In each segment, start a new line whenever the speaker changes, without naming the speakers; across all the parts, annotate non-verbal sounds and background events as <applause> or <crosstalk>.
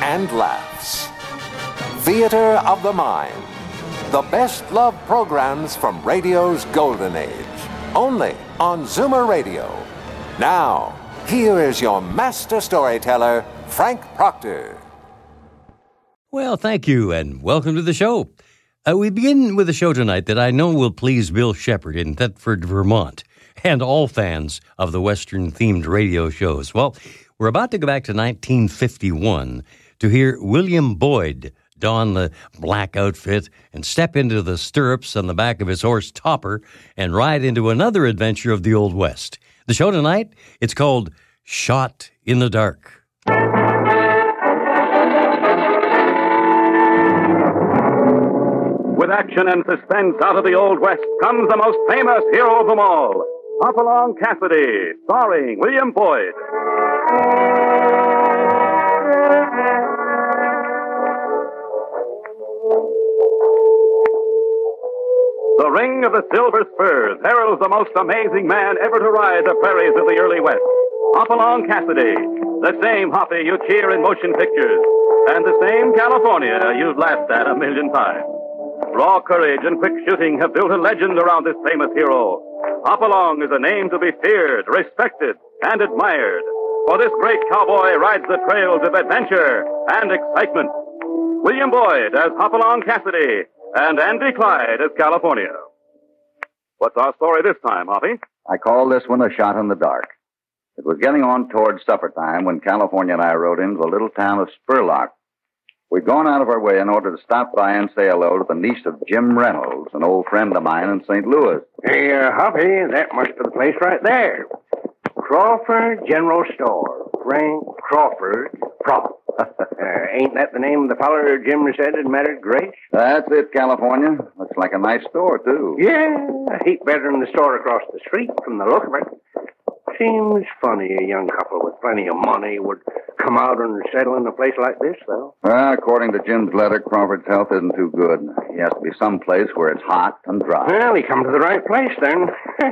and laughs. Theater of the Mind. The best love programs from radio's golden age. Only on Zoomer Radio. Now, here is your master storyteller, Frank Proctor.
Well, thank you, and welcome to the show. Uh, we begin with a show tonight that I know will please Bill Shepard in Thetford, Vermont, and all fans of the Western themed radio shows. Well, we're about to go back to 1951 to hear William Boyd don the black outfit and step into the stirrups on the back of his horse Topper and ride into another adventure of the Old West. The show tonight, it's called Shot in the Dark.
With action and suspense out of the Old West comes the most famous hero of them all, Hopalong Cassidy, starring William Boyd. The ring of the silver spurs heralds the most amazing man ever to ride the prairies of the early West. Hopalong Cassidy, the same Hoppy you cheer in motion pictures, and the same California you've laughed at a million times. Raw courage and quick shooting have built a legend around this famous hero. Hopalong is a name to be feared, respected, and admired. For this great cowboy rides the trails of adventure and excitement. William Boyd as Hopalong Cassidy and Andy Clyde as California. What's our story this time, Hoppy?
I call this one a shot in the dark. It was getting on toward supper time when California and I rode into the little town of Spurlock. We'd gone out of our way in order to stop by and say hello to the niece of Jim Reynolds, an old friend of mine in St. Louis.
Hey, uh, Hoppy, that must be the place right there. Crawford General Store. Frank Crawford Prop. <laughs> uh, ain't that the name of the feller Jim said had mattered great?
That's it, California. Looks like a nice store, too.
Yeah, a heap better than the store across the street from the look of it. Seems funny a young couple with plenty of money would come out and settle in a place like this, though.
Well, according to Jim's letter, Crawford's health isn't too good. He has to be someplace where it's hot and dry.
Well, he come to the right place then. <laughs>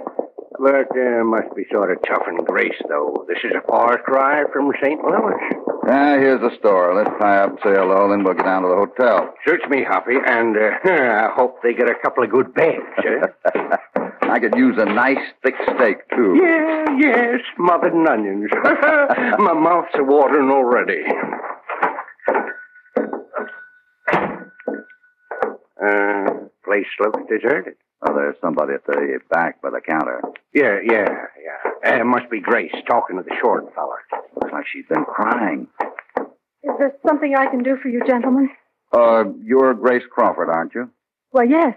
but uh, must be sort of tough and grace, though. This is a far cry from St. Louis.
Ah, here's the store. Let's tie up, say hello, then we'll get down to the hotel.
Search me, Hoppy, and uh, <laughs> I hope they get a couple of good beds.
<laughs>
Eh?
<laughs> I could use a nice thick steak, too.
yeah, yeah, smothered in onions. <laughs> My mouth's a watering already. Uh, place looks deserted.
Oh, there's somebody at the back by the counter.
Yeah, yeah, yeah. Uh, must be Grace talking to the short feller.
Looks like she's been crying.
Is there something I can do for you, gentlemen?
Uh, you're Grace Crawford, aren't you? <laughs>
Well, yes.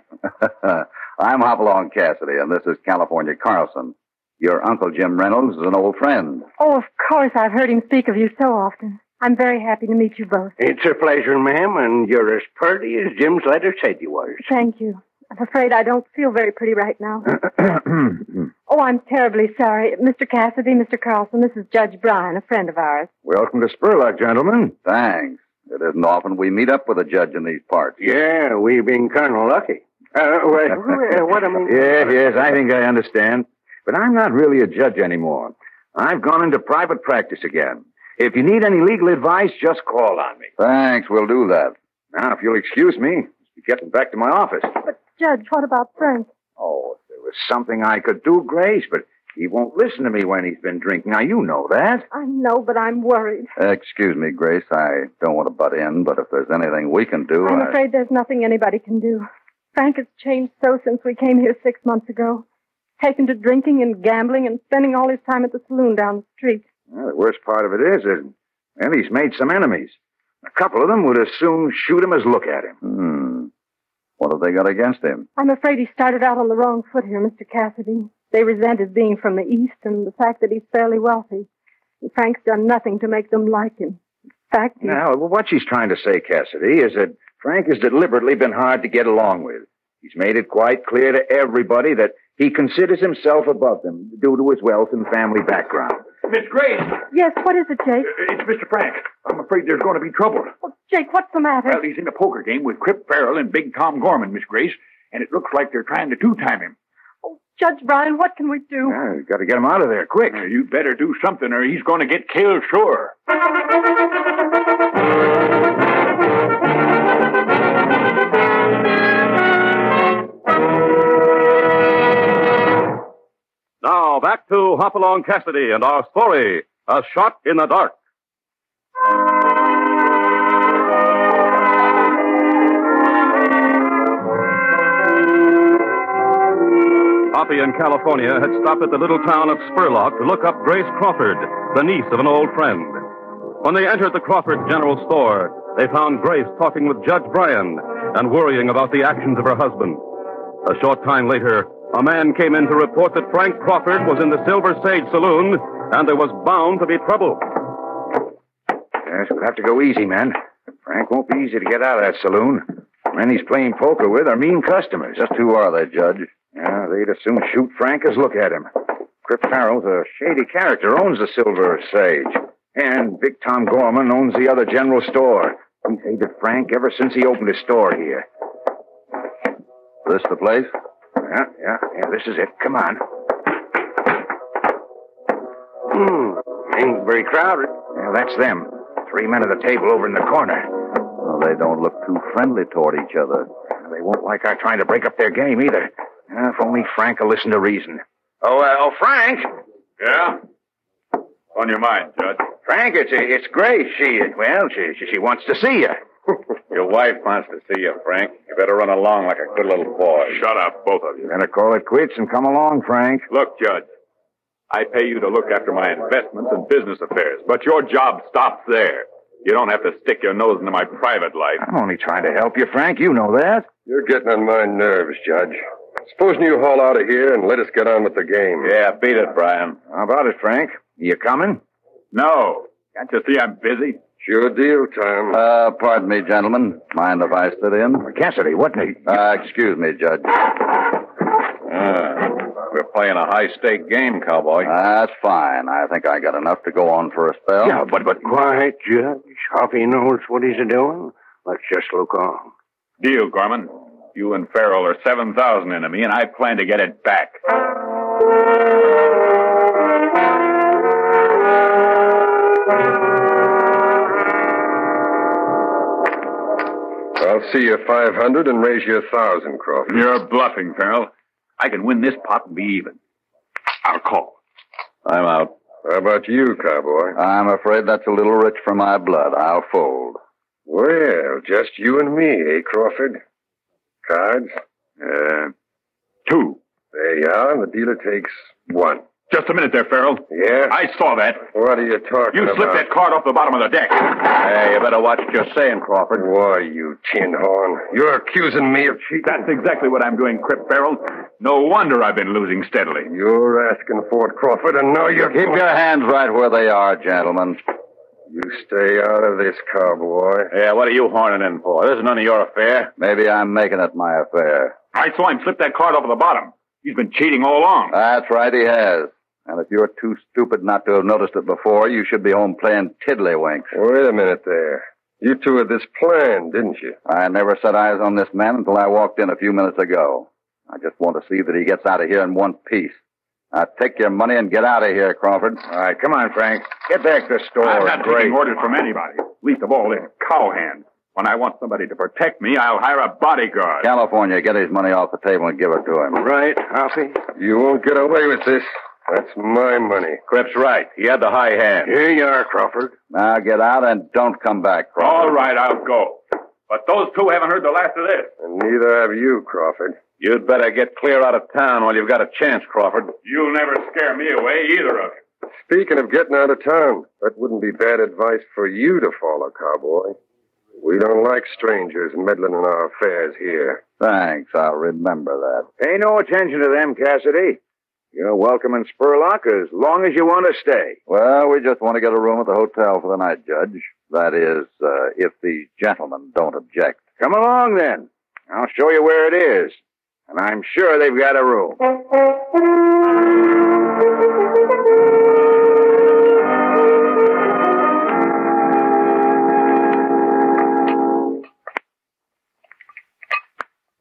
I'm Hopalong Cassidy, and this is California Carlson. Your Uncle Jim Reynolds is an old friend.
Oh, of course, I've heard him speak of you so often. I'm very happy to meet you both.
It's a pleasure, ma'am, and you're as purty as Jim's letter said
<coughs>
you was. <coughs>
Thank you. I'm afraid I don't feel very pretty right now. oh, I'm terribly sorry. Mr. Cassidy, Mr. Carlson, this is Judge Bryan, a friend of ours.
Welcome to Spurlock, gentlemen.
Thanks. It isn't often we meet up with a judge in these parts.
Yeah, we been Colonel Lucky. Uh,
<laughs>
wait, wait, what am I?
Yes, yes, I think I understand. But I'm not really a judge anymore. I've gone into private practice again. If you need any legal advice, just call on me.
Thanks, we'll do that.
Now, if you'll excuse me, I'll be getting back to my office.
But, Judge, what about Frank?
Oh, if there was something I could do, Grace, but he won't listen to me when he's been drinking. Now, you know that.
I know, but I'm worried.
Excuse me, Grace. I don't want to butt in, but if there's anything we can do,
I'm
I-
afraid there's nothing anybody can do. Frank has changed so since we came here six months ago. Taken to drinking and gambling and spending all his time at the saloon down the street.
Well, the worst part of it is that, well, he's made some enemies. A couple of them would as soon shoot him as look at him.
Hmm. What have they got against him?
I'm afraid he started out on the wrong foot here, Mr. Cassidy. They resent his being from the East and the fact that he's fairly wealthy. And Frank's done nothing to make them like him. In fact, he-
Now, what she's trying to say, Cassidy, is that Frank has deliberately been hard to get along with. He's made it quite clear to everybody that he considers himself above them due to his wealth and family background.
Miss Grace, Uh,
Yes, what is it, Jake?
it's Mr. Frank. I'm afraid there's going to be trouble.
Jake, what's the matter?
Well, he's in a poker game with Crip Farrell and Big Tom Gorman, Miss Grace, and it looks like they're trying to two-time him.
Judge Bryan, what can we do?
We've got to get him out of there quick.
You better do something, or he's going to get killed sure.
Now back to Hopalong Cassidy and our story, A Shot in the Dark. Hoppy in California had stopped at the little town of Spurlock to look up Grace Crawford, the niece of an old friend. When they entered the Crawford General Store, they found Grace talking with Judge Bryan and worrying about the actions of her husband. A short time later, a man came in to report that Frank Crawford was in the Silver Sage Saloon and there was bound to be trouble.
Yes, we'll have to go easy, men. Frank won't be easy to get out of that saloon. Men he's playing poker with are mean customers.
Just who are they, Judge?
Yeah, they'd as soon shoot Frank as look at him. Crip Farrell's a shady character, owns the Silver Sage. And Big Tom Gorman owns the other general store. He's hated Frank ever since he opened his store here.
This the place?
Yeah, yeah, yeah, this is it. Come on.
Hmm. Ain't very crowded.
Yeah, that's them. Three men at the table over in the corner.
Well, they don't look too friendly toward each other.
They won't like our trying to break up their game either. Yeah, if only Frank will listen to reason. Oh, uh, oh, Frank!
Yeah? On your mind, Judge.
Frank, it's it's Grace. She well, she she, she wants to see you.
<laughs> Your wife wants to see you, Frank. You better run along like a good little boy. Shut up, both of you.
Better call it quits and come along, Frank.
Look, Judge, I pay you to look after my investments and business affairs, but your job stops there. You don't have to stick your nose into my private life.
I'm only trying to help you, Frank. You know that.
You're getting on my nerves, Judge. Supposing you haul out of here and let us get on with the game.
Yeah, beat it, Brian.
How about it, Frank? You coming?
No. Can't you see I'm busy?
Sure deal, Tom.
Uh, pardon me, gentlemen. Mind if I sit in?
Cassidy, what? in the-
Uh, excuse me, Judge. Uh,
we're playing a high stake game, cowboy.
That's fine. I think I got enough to go on for a spell.
Yeah, but but quiet, Judge. Hoppy knows what he's doing. Let's just look on.
Deal, Gorman. You and Farrell are 7,000 into me, and I plan to get it back.
I'll see you 500 and raise you a 1,000, Crawford.
You're bluffing, Farrell. I can win this pot and be even. I'll call. I'm out.
How about you, cowboy?
I'm afraid that's a little rich for my blood. I'll fold.
Well, just you and me, eh, Crawford? Cards?
Uh, two.
There you are, and the dealer takes one.
Just a minute there, Farrell.
Yeah?
I saw that.
What are you talking
You
about?
slipped that card off the bottom of the deck. Hey, you better watch what you're saying, Crawford.
Why, you tin horn. You're accusing me of cheating.
That's exactly what I'm doing, Crip Farrell. No wonder I've been losing steadily.
You're asking for it, Crawford, and now you're...
Keep your hands right where they are, gentlemen.
You stay out of this, cowboy.
Yeah, what are you horning in for? This is none of your affair.
Maybe I'm making it my affair.
I saw him slip that card off the bottom. He's been cheating all along.
That's right, he has. And if you're too stupid not to have noticed it before, you should be home playing tiddlywinks.
Wait a minute there. You two had this plan, didn't you?
I never set eyes on this man until I walked in a few minutes ago. I just want to see that he gets out of here in one piece. Now take your money and get out of here, Crawford.
All right, come on, Frank. Get back to the store.
I'm not
Great.
taking orders from anybody, least of all this cowhand. When I want somebody to protect me, I'll hire a bodyguard.
California, get his money off the table and give it to him.
Right, Hoppy?
You won't get away with this. That's my money.
Crip's right. He had the high hand.
Here you are, Crawford.
Now get out and don't come back, Crawford.
All right, I'll go. But those two haven't heard the last of this.
And neither have you, Crawford.
You'd better get clear out of town while you've got a chance, Crawford. You'll never scare me away, either of you.
Speaking of getting out of town, that wouldn't be bad advice for you to follow, cowboy. We don't like strangers meddling in our affairs here.
Thanks, I'll remember that.
Pay no attention to them, Cassidy. You're welcome in Spurlock as long as you want to stay.
Well, we just want to get a room at the hotel for the night, Judge. That is, uh, if these gentlemen don't object.
Come along then. I'll show you where it is. And I'm sure they've got
<laughs>
a room.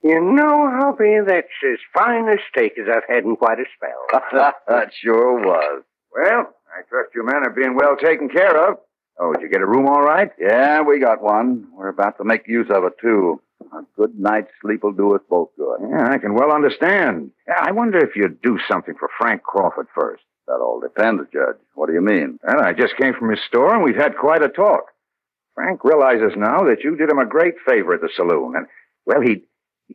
You know, Hoppy, that's as fine a steak as I've had in quite a
<laughs>
spell.
that sure was. Well, I trust you men are being well taken care of. Oh, did you get a room all right?
Yeah, we got one. We're about to make use of it, too. A good night's sleep will do us both good.
Yeah, I can well understand. Yeah, I wonder if you'd do something for Frank Crawford first.
That all depends, Judge. What do you mean?
Well, I just came from his store and we've had quite a talk. Frank realizes now that you did him a great favor at the saloon, and well, he'd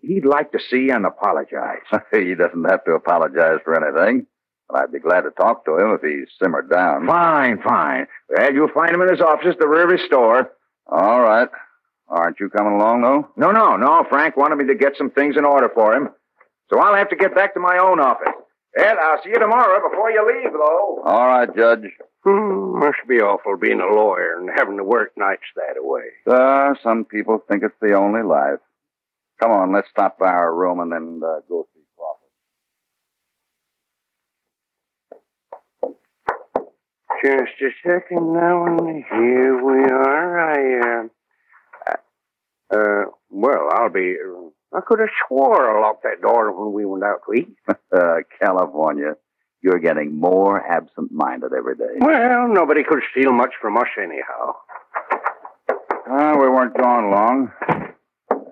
he'd like to see and apologize.
<laughs> he doesn't have to apologize for anything. And I'd be glad to talk to him if he simmered down.
Fine, fine. Well, you'll find him in his office at the rear of his store.
All right. Aren't you coming along, though?
No, no, no. Frank wanted me to get some things in order for him. So I'll have to get back to my own office. Ed, I'll see you tomorrow before you leave, though.
All right, Judge.
Hmm, must be awful being a lawyer and having to work nights that way.
Uh, some people think it's the only life. Come on, let's stop by our room and then uh, go see Crawford.
Just a second now, and here we are. I, um, uh, uh, well, I'll be. uh, I could have swore I locked that door when we went out to eat.
<laughs> Uh, California, you're getting more absent-minded every day.
Well, nobody could steal much from us anyhow.
Uh, we weren't gone long.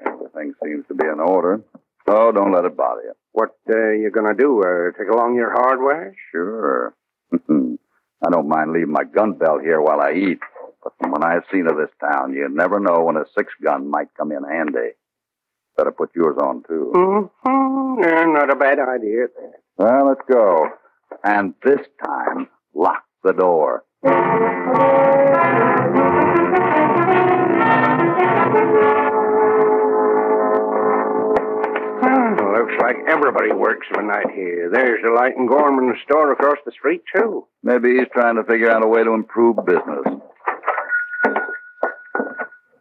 Everything seems to be in order. Oh, don't let it bother you.
What uh, you gonna do? Uh, take along your hardware?
Sure. <laughs> I don't mind leaving my gun belt here while I eat. But from what I've seen of this town, you never know when a six gun might come in handy. Better put yours on too.
Mm-hmm. Yeah, not a bad idea.
Well, let's go. And this time, lock the door.
looks like everybody works for night here. There's the light and Gorman store across the street, too.
Maybe he's trying to figure out a way to improve business.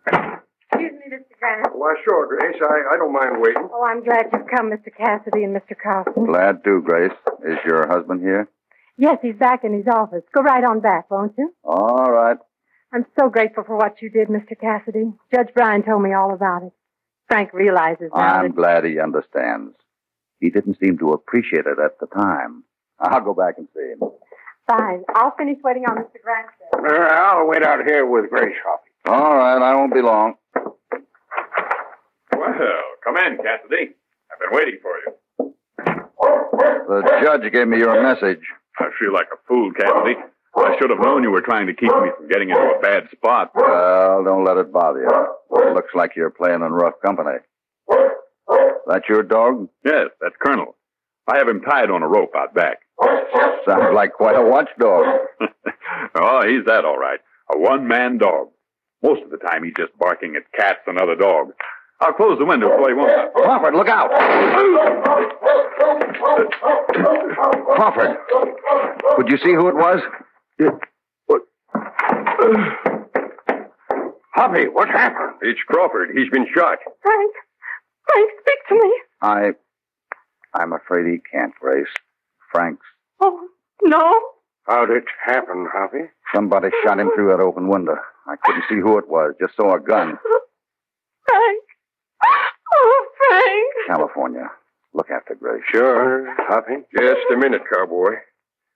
Excuse me, Mr. Grant.
Why, sure, Grace. I, I don't mind waiting.
Oh, I'm glad you've come, Mr. Cassidy and Mr. Carson.
Glad to, Grace. Is your husband here?
Yes, he's back in his office. Go right on back, won't you?
Oh,
All right.
I'm so grateful for what you did, Mr. Cassidy. Judge Bryan told me all about it. Frank realizes now.
I'm
that...
glad he understands. He didn't seem to appreciate it at the time. I'll go back and see him.
Fine. I'll finish waiting on Mr. Grant.
Uh, I'll wait out here with Grace Hoppy.
All right. I won't be long.
Well, come in, Cassidy. I've been waiting for you.
The judge gave me your message.
I feel like a fool, Cassidy. I should have known you were trying to keep me from getting into a bad spot.
Well, don't let it bother you. It looks like you're playing in rough company. That your dog?
Yes, that's Colonel. I have him tied on a rope out back.
Sounds like quite a watchdog.
<laughs> oh, he's that all right. A one-man dog. Most of the time, he's just barking at cats and other dogs. I'll close the window before he wants out.
Crawford, look out! Crawford, could you see who it was? <sighs>
What? Hoppy, what happened? It's Crawford. He's been shot.
Frank. Frank, speak to me.
I. I'm afraid he can't, Grace. Frank's.
Oh, no.
How'd it happen, Hoppy?
Somebody shot him through that open window. I couldn't see who it was, just saw a gun.
Frank. Oh, Frank.
California. Look after Grace.
Sure, Hoppy.
Just a minute, cowboy.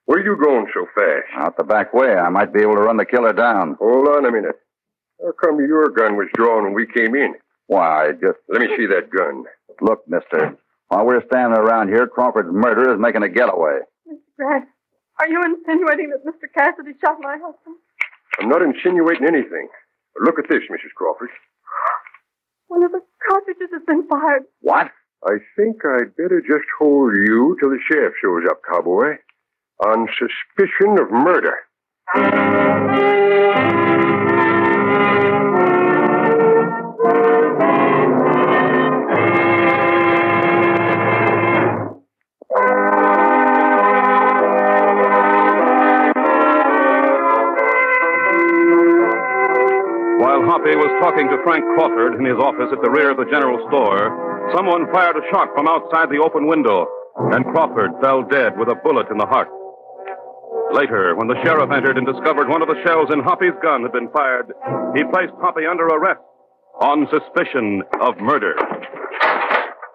Where you going so fast?
Out the back way. I might be able to run the killer down.
Hold on a minute. How come your gun was drawn when we came in?
Why, I just.
Let me see that gun.
Look, mister. While we're standing around here, Crawford's murderer is making a getaway.
Mr. Grant, are you insinuating that Mr. Cassidy shot my husband?
I'm not insinuating anything. But look at this, Mrs. Crawford.
One of the cartridges has been fired.
What?
I think I'd better just hold you till the sheriff shows up, cowboy on suspicion of murder.
While Hoppy was talking to Frank Crawford in his office at the rear of the general store, someone fired a shot from outside the open window, and Crawford fell dead with a bullet in the heart. Later, when the sheriff entered and discovered one of the shells in Hoppy's gun had been fired, he placed Hoppy under arrest on suspicion of murder.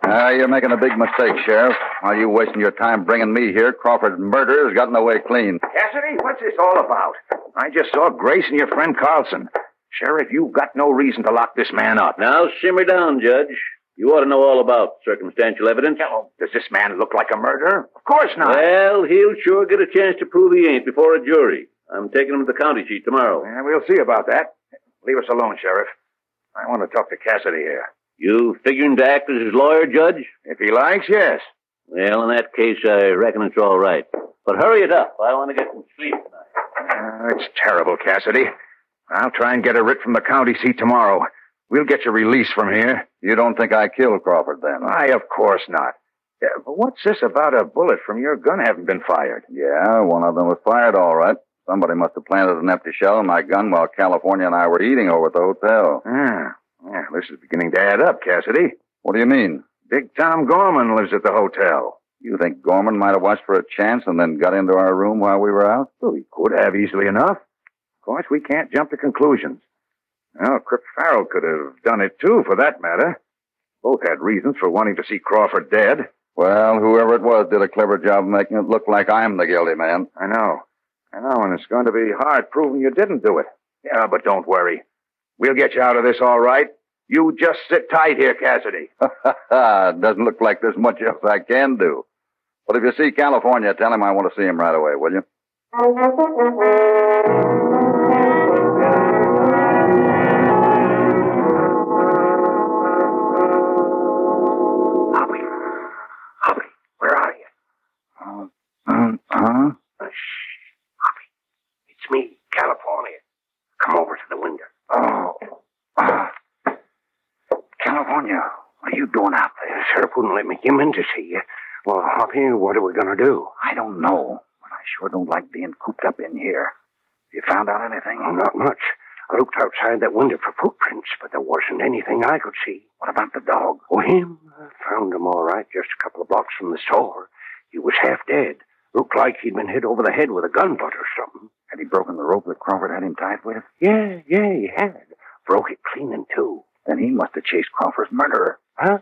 Ah, you're making a big mistake, Sheriff. While you wasting your time bringing me here, Crawford's murder has gotten away clean.
Cassidy, what's this all about? I just saw Grace and your friend Carlson. Sheriff, you've got no reason to lock this man up.
Now simmer down, Judge. You ought to know all about circumstantial evidence.
Does this man look like a murderer? Of course not.
Well, he'll sure get a chance to prove he ain't before a jury. I'm taking him to the county seat tomorrow.
Yeah, we'll see about that. Leave us alone, Sheriff. I want to talk to Cassidy here.
You figuring to act as his lawyer, Judge?
If he likes, yes.
Well, in that case, I reckon it's all right. But hurry it up. I want to get some sleep.
Uh, it's terrible, Cassidy. I'll try and get a writ from the county seat tomorrow. We'll get you released from here.
You don't think I killed Crawford then?
Why, of course not. Yeah, but what's this about a bullet from your gun having been fired?
Yeah, one of them was fired, all right. Somebody must have planted an empty shell in my gun while California and I were eating over at the hotel.
Yeah, Ah, yeah, this is beginning to add up, Cassidy.
What do you mean?
Big Tom Gorman lives at the hotel.
You think Gorman might have watched for a chance and then got into our room while we were out?
Well, he could have easily enough. Of course, we can't jump to conclusions. Well, Crip Farrell could have done it too, for that matter. Both had reasons for wanting to see Crawford dead.
Well, whoever it was did a clever job making it look like I'm the guilty man.
I know. I know, and it's going to be hard proving you didn't do it. Yeah, but don't worry. We'll get you out of this all right. You just sit tight
<laughs>
here, Cassidy.
Doesn't look like there's much else I can do. But if you see California, tell him I want to see him right away, will you?
Hoppy. Hoppy, where are you?
Um, huh?
Uh, shh. Hoppy, it's me, California. Come over to the window.
Oh. Ah. California, what are you doing out
The
there?
sheriff wouldn't let me come in to see you. Well, Hoppy, what are we going to do?
I don't know, but I sure don't like being cooped up in here. You found out anything?
Well, not much. I looked outside that window for footprints, but there wasn't anything I could see.
What about the dog?
Oh, him? I found him all right, just a couple of blocks from the store. He was half dead. Looked like he'd been hit over the head with a gunbutt or something.
Had he broken the rope that Crawford had him tied with?
Yeah, yeah, he had. Broke it clean in two.
Then he must have chased Crawford's murderer.
Huh?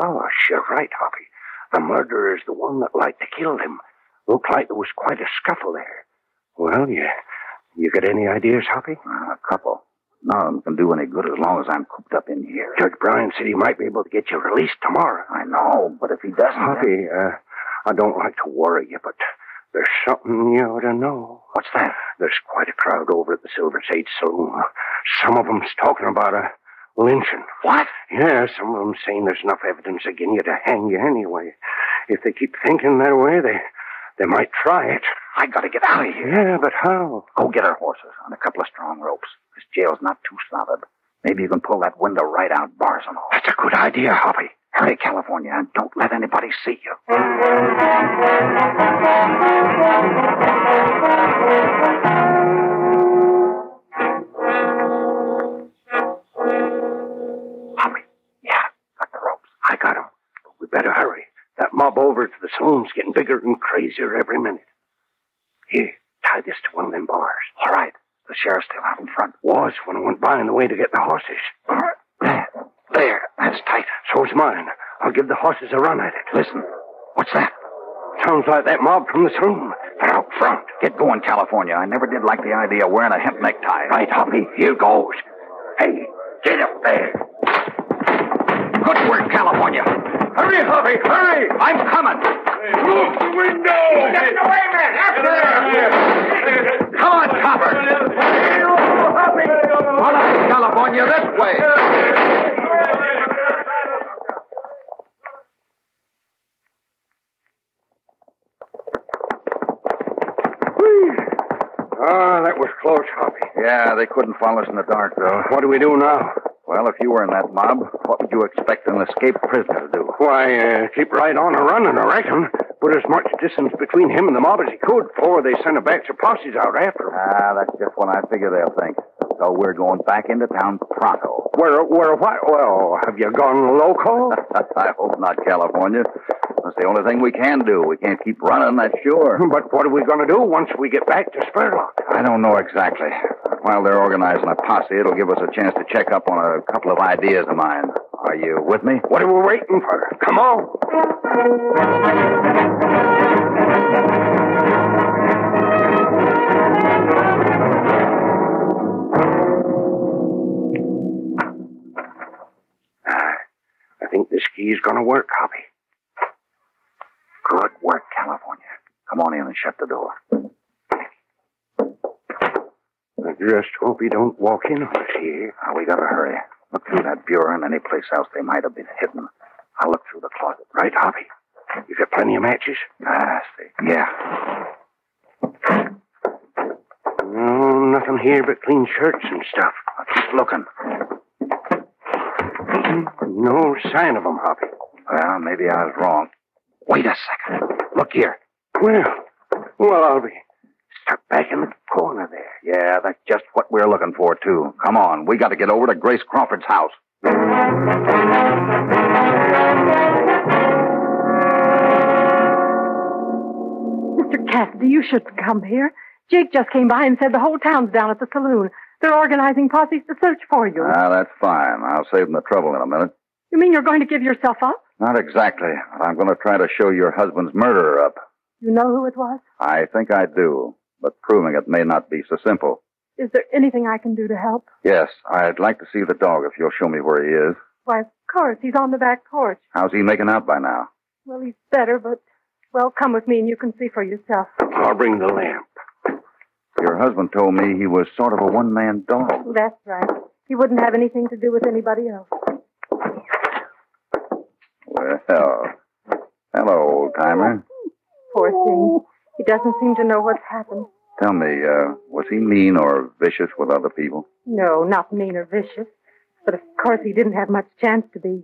Gosh, you're Oh, right, Hoppy. The murderer's the one that liked to kill him. Looked like there was quite a scuffle there. Well, yeah. You got any ideas, Hoppy?
Uh, a couple. None of them can do any good as long as I'm cooped up in here.
Judge Bryan said he might be able to get you released tomorrow.
I know, but if he doesn't.
Hoppy, uh, I don't like to worry you, but there's something you ought to know.
What's that?
There's quite a crowd over at the Silver Sage Saloon. Some of 'em's talking about a lynching.
What?
Yeah, some of 'em saying there's enough evidence agin you to hang you anyway. If they keep thinking that way, they they might try it.
I gotta get out of here.
Yeah, but how?
Go get our horses and a couple of strong ropes. This jail's not too solid. Maybe you can pull that window right out, bars and all.
That's a good idea, Hoppy.
Hurry, California, and don't let anybody see you.
Hoppy. Yeah, got the ropes. I got 'em. But we better hurry. That mob over to the saloon's getting bigger and crazier every minute. Here, tie this to one of them bars.
All right. The sheriff's still out in front.
Was when I went by on the way to get the horses. <clears throat>
There. There. That's tight.
So's mine. I'll give the horses a run at it.
Listen. What's that?
Sounds like that mob from the saloon. They're out front.
Get going, California. I never did like the idea of wearing a hemp necktie.
Right, Hoppy. Here goes.
Hey, get up there. Good work, California. Hurry, Harvey, hurry. I'm coming. Move the window. Get away, man. After him. Come on, Copper. All right, California, this way.
Ah, that was close, Hoppy.
Yeah, they couldn't follow us in the dark, though.
What do we do now?
Well, if you were in that mob, what would you expect an escaped prisoner to do?
Why, uh, keep right on a running, I reckon. Put as much distance between him and the mob as he could before they sent a batch of posses out after him.
Ah, that's just what I figure they'll think. So So we're going back into town pronto.
Where, where, what? Well, have you gone local?
<laughs> I hope not, California. That's the only thing we can do. We can't keep running, that's sure.
But what are we going to do once we get back to Spurlock?
I don't know exactly. But While they're organizing a posse, it'll give us a chance to check up on a couple of ideas of mine. Are you with me?
What are we waiting for? Come on. I think this key's going to work, Hoppy.
Good work, California. Come on in and shut the door.
I just hope he don't walk in on us here.
Ah, we gotta hurry. Look through that bureau and any place else they might have been hidden. I'll look through the closet.
Right, Hoppy? You got plenty of matches?
Ah, I see. Yeah.
No, nothing here but clean shirts and stuff.
Keep looking.
No sign of 'em, Hoppy.
Well, maybe I was wrong. Wait a second. Look here.
Well, well, I'll be stuck back in the corner there.
Yeah, that's just what we're looking for, too. Come on, we gotta get over to Grace Crawford's house.
Mr. Cassidy, you shouldn't come here. Jake just came by and said the whole town's down at the saloon. They're organizing posses to search for you.
Ah, that's fine. I'll save them the trouble in a minute.
You mean you're going to give yourself up?
Not exactly, but I'm gonna try to show your husband's murderer up.
You know who it was?
I think I do, but proving it may not be so simple.
Is there anything I can do to help?
Yes, I'd like to see the dog if you'll show me where he is.
Why, of course, he's on the back porch.
How's he making out by now?
Well, he's better, but, well, come with me and you can see for yourself.
I'll bring the lamp.
Your husband told me he was sort of a one man dog.
That's right. He wouldn't have anything to do with anybody else.
Well, hello, old timer.
Poor thing. He doesn't seem to know what's happened.
Tell me, uh, was he mean or vicious with other people?
No, not mean or vicious. But of course he didn't have much chance to be.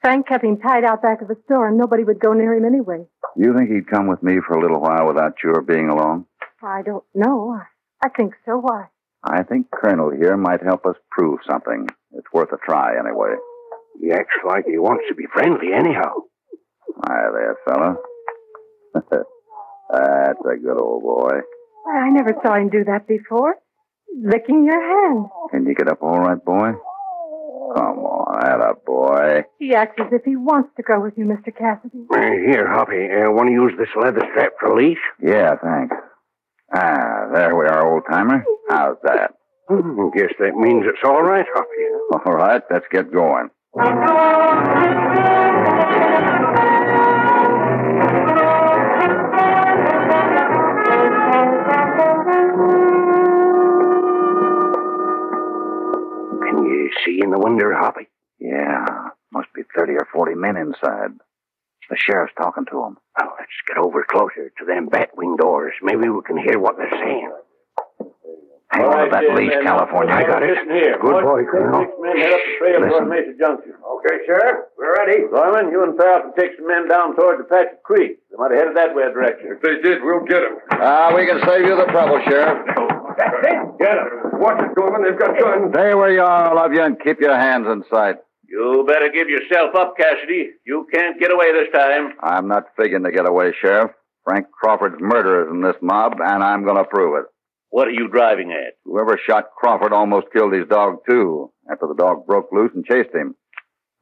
Frank kept him tied out back of the store and nobody would go near him anyway.
You think he'd come with me for a little while without your being along?
I don't know. I- I think so. Why?
I think Colonel here might help us prove something. It's worth a try, anyway.
He acts like he wants to be friendly, anyhow.
Hi there, fella. <laughs> That's a good old boy.
Why, I never saw him do that before. Licking your hand.
Can you get up all right, boy? Come on, that a boy.
He acts as if he wants to go with you, Mr. Cassidy.
Uh, here, Hoppy, uh, want to use this leather strap for a leash?
Yeah, thanks. Ah, there we are, old timer. How's that?
Hmm, guess that means it's all right, Hoppy.
All right, let's get going.
Can you see in the window, Hoppy?
Yeah, must be 30 or 40 men inside. The sheriff's talking to 'em.
Well, Oh, let's get over closer to them bat wing doors. Maybe we can hear what they're saying.
Hang on to that leash, California.
I got it. Good boy, Colonel.
Six men head up the trail
Listen.
toward Mesa Junction. Okay, Sheriff. We're ready. Lyman, you and Farrell can take some men down toward the Apache Creek. They might have headed that way direction.
If they did, we'll get them.
Ah, we can save you the trouble, Sheriff.
Get them. Watch it, Gorman. They've got guns.
Stay where you are, all of you, and keep your hands in sight.
You better give yourself up, Cassidy. You can't get away this time.
I'm not figuring to get away, Sheriff. Frank Crawford's murderer's in this mob, and I'm going to prove it.
What are you driving at?
Whoever shot Crawford almost killed his dog, too, after the dog broke loose and chased him.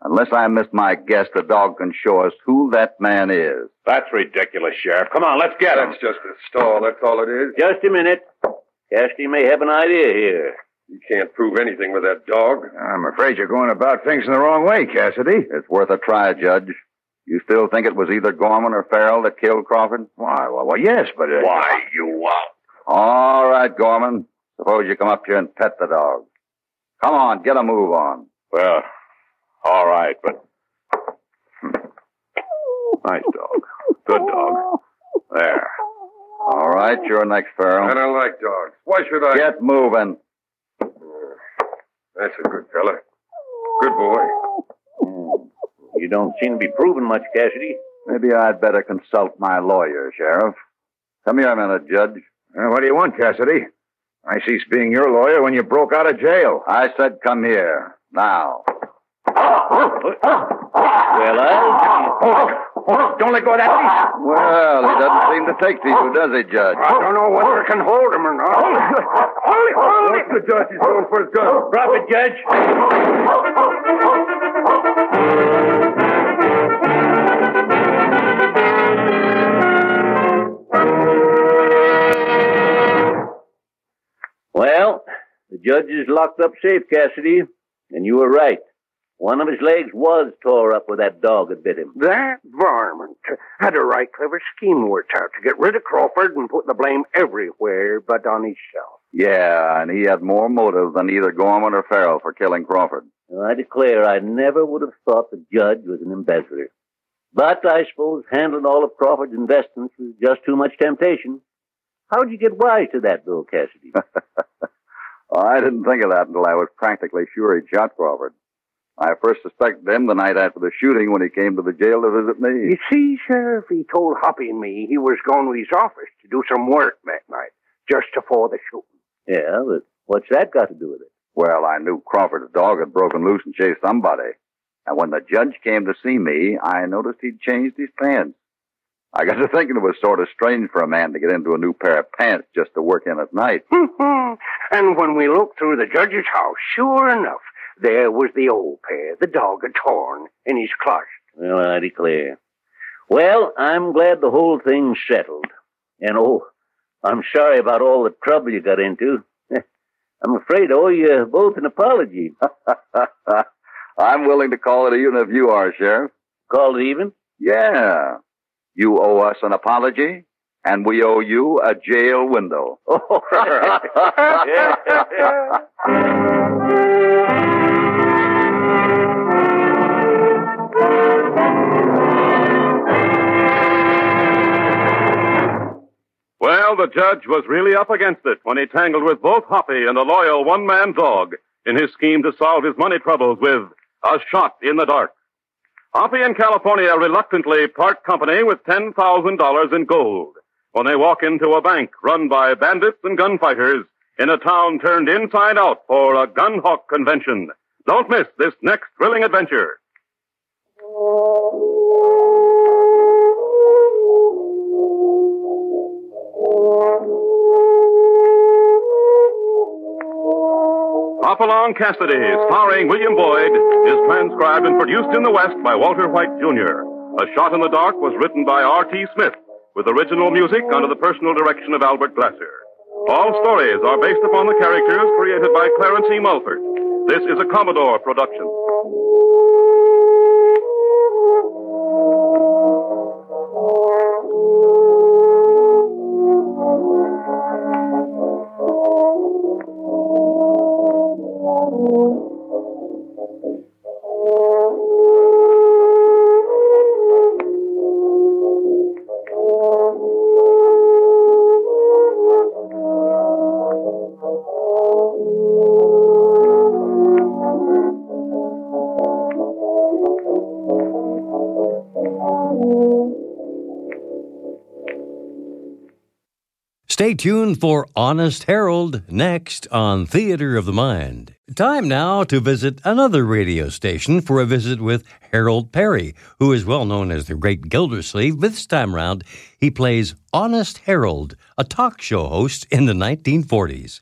Unless I missed my guess, the dog can show us who that man is.
That's ridiculous, Sheriff. Come on, let's get him.
That's just a stall. That's all it is.
Just a minute. Cassidy may have an idea here.
You can't prove anything with that dog.
I'm afraid you're going about things in the wrong way, Cassidy.
It's worth a try, Judge. You still think it was either Gorman or Farrell that killed Crawford?
Why? Well, well yes, but. Uh,
Why, you out.
All right, Gorman. Suppose you come up here and pet the dog. Come on, get a move on.
Well, all right, but. Hmm. Nice dog. Good dog. There.
All right, you're next,
I
Farrell.
don't like dogs. Why should I?
Get moving.
That's a good fella. Good boy.
You don't seem to be proving much, Cassidy.
Maybe I'd better consult my lawyer, Sheriff. Come here a minute, Judge.
Uh, what do you want, Cassidy? I ceased being your lawyer when you broke out of jail.
I said, come here. Now.
Oh,
Well,
Oh, Don't let go of that leash. Well, he doesn't seem to take people, does he, Judge?
I don't know whether I can hold him or not. Hold it! Hold it! Hold it!
The judge is going for his gun. Drop it, Judge.
Well, the judge is locked up safe, Cassidy. And you were right. One of his legs was tore up where that dog had bit him.
That varmint had a right clever scheme worked out to get rid of Crawford and put the blame everywhere but on himself.
Yeah, and he had more motive than either Gorman or Farrell for killing Crawford.
Now, I declare, I never would have thought the judge was an embezzler. But I suppose handling all of Crawford's investments was just too much temptation. How'd you get wise to that, Bill Cassidy?
Well, I didn't think of that until I was practically sure he'd shot Crawford. I first suspected him the night after the shooting when he came to the jail to visit me.
You see, Sheriff, he told Hoppy and me he was going to his office to do some work that night, just before the shooting.
yeah, but what's that got to do with it?
Well, I knew Crawford's dog had broken loose and chased somebody. And when the judge came to see me, I noticed he'd changed his pants. I got to thinking it was sort of strange for a man to get into a new pair of pants just to work in at night.
Hmm. and when we looked through the judge's house, sure enough, there was the old pair, the dog had torn, in his clutch.
Well, I declare. Well, I'm glad the whole thing's settled. And oh, I'm sorry about all the trouble you got into. <laughs> I'm afraid I owe you both an apology. <laughs>
I'm willing to call it even if you are, Sheriff.
Call it even?
Yeah. You owe us an apology, and we owe you a jail window. <laughs>
Well, the judge was really up against it when he tangled with both Hoppy and the loyal one man dog in his scheme to solve his money troubles with a shot in the dark. Hoppy and California reluctantly part company with $10,000 in gold when they walk into a bank run by bandits and gunfighters in a town turned inside out for a gun hawk convention. Don't miss this next thrilling adventure. Hop Along Cassidy, starring William Boyd, is transcribed and produced in the West by Walter White, Jr. A Shot in the Dark was written by R.T. Smith, with original music under the personal direction of Albert Glasser. All stories are based upon the characters created by Clarence E. Mulford. This is a Commodore production.
Stay tuned for Honest Herald next on Theater of the Mind. Time now to visit another radio station for a visit with Harold Perry, who is well known as the Great Gildersleeve. But this time round, he plays Honest Harold, a talk show host in the 1940s.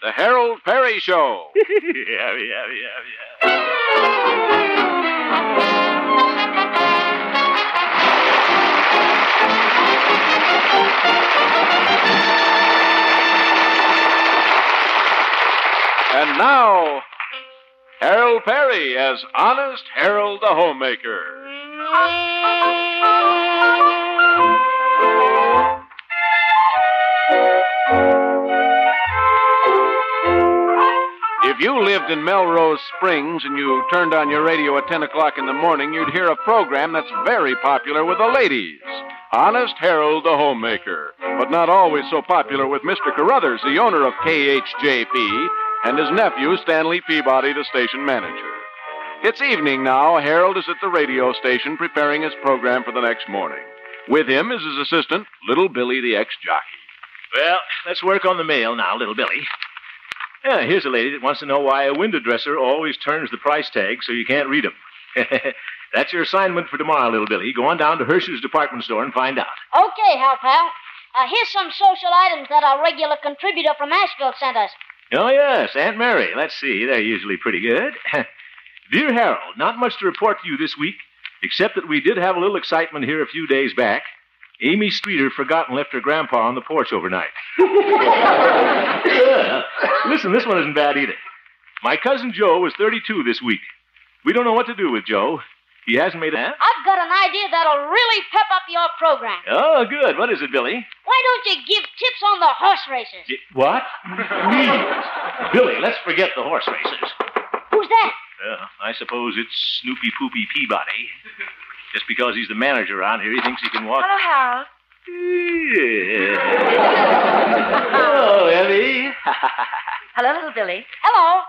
The Harold Perry Show.
<laughs> yeah, yeah, yeah, yeah.
And now, Harold Perry as Honest Harold the Homemaker.
oh,
If you lived in Melrose Springs and you turned on your radio at 10 o'clock in the morning, you'd hear a program that's very popular with the ladies Honest Harold the Homemaker. But not always so popular with Mr. Carruthers, the owner of KHJP, and his nephew, Stanley Peabody, the station manager. It's evening now. Harold is at the radio station preparing his program for the next morning. With him is his assistant, Little Billy the ex jockey.
Well, let's work on the mail now, little Billy. Yeah, here's a lady that wants to know why a window dresser always turns the price tag so you can't read 'em. <laughs> That's your assignment for tomorrow, little Billy. Go on down to Hersh's department store and find out.
Okay, Hal Pal. Uh, here's some social items that our regular contributor from Asheville sent us.
Oh, yes, Aunt Mary. Let's see. They're usually pretty good. <laughs> Dear Harold, not much to report to you this week, except that we did have a little excitement here a few days back. Amy Streeter forgot and left her grandpa on the porch overnight. Yeah. Listen, this one isn't bad either. My cousin Joe was 32 this week. We don't know what to do with Joe. He hasn't made a.
I've got an idea that'll really pep up your program.
Oh, good. What is it, Billy?
Why don't you give tips on the horse races?
J- What? Me? Billy, let's forget the horse races.
Who's that?
Uh, I suppose it's Snoopy Poopy Peabody. Just because he's the manager around here, he thinks he can walk.
Hello, Harold.
Hello, Emmy.
Hello, little Billy.
Hello.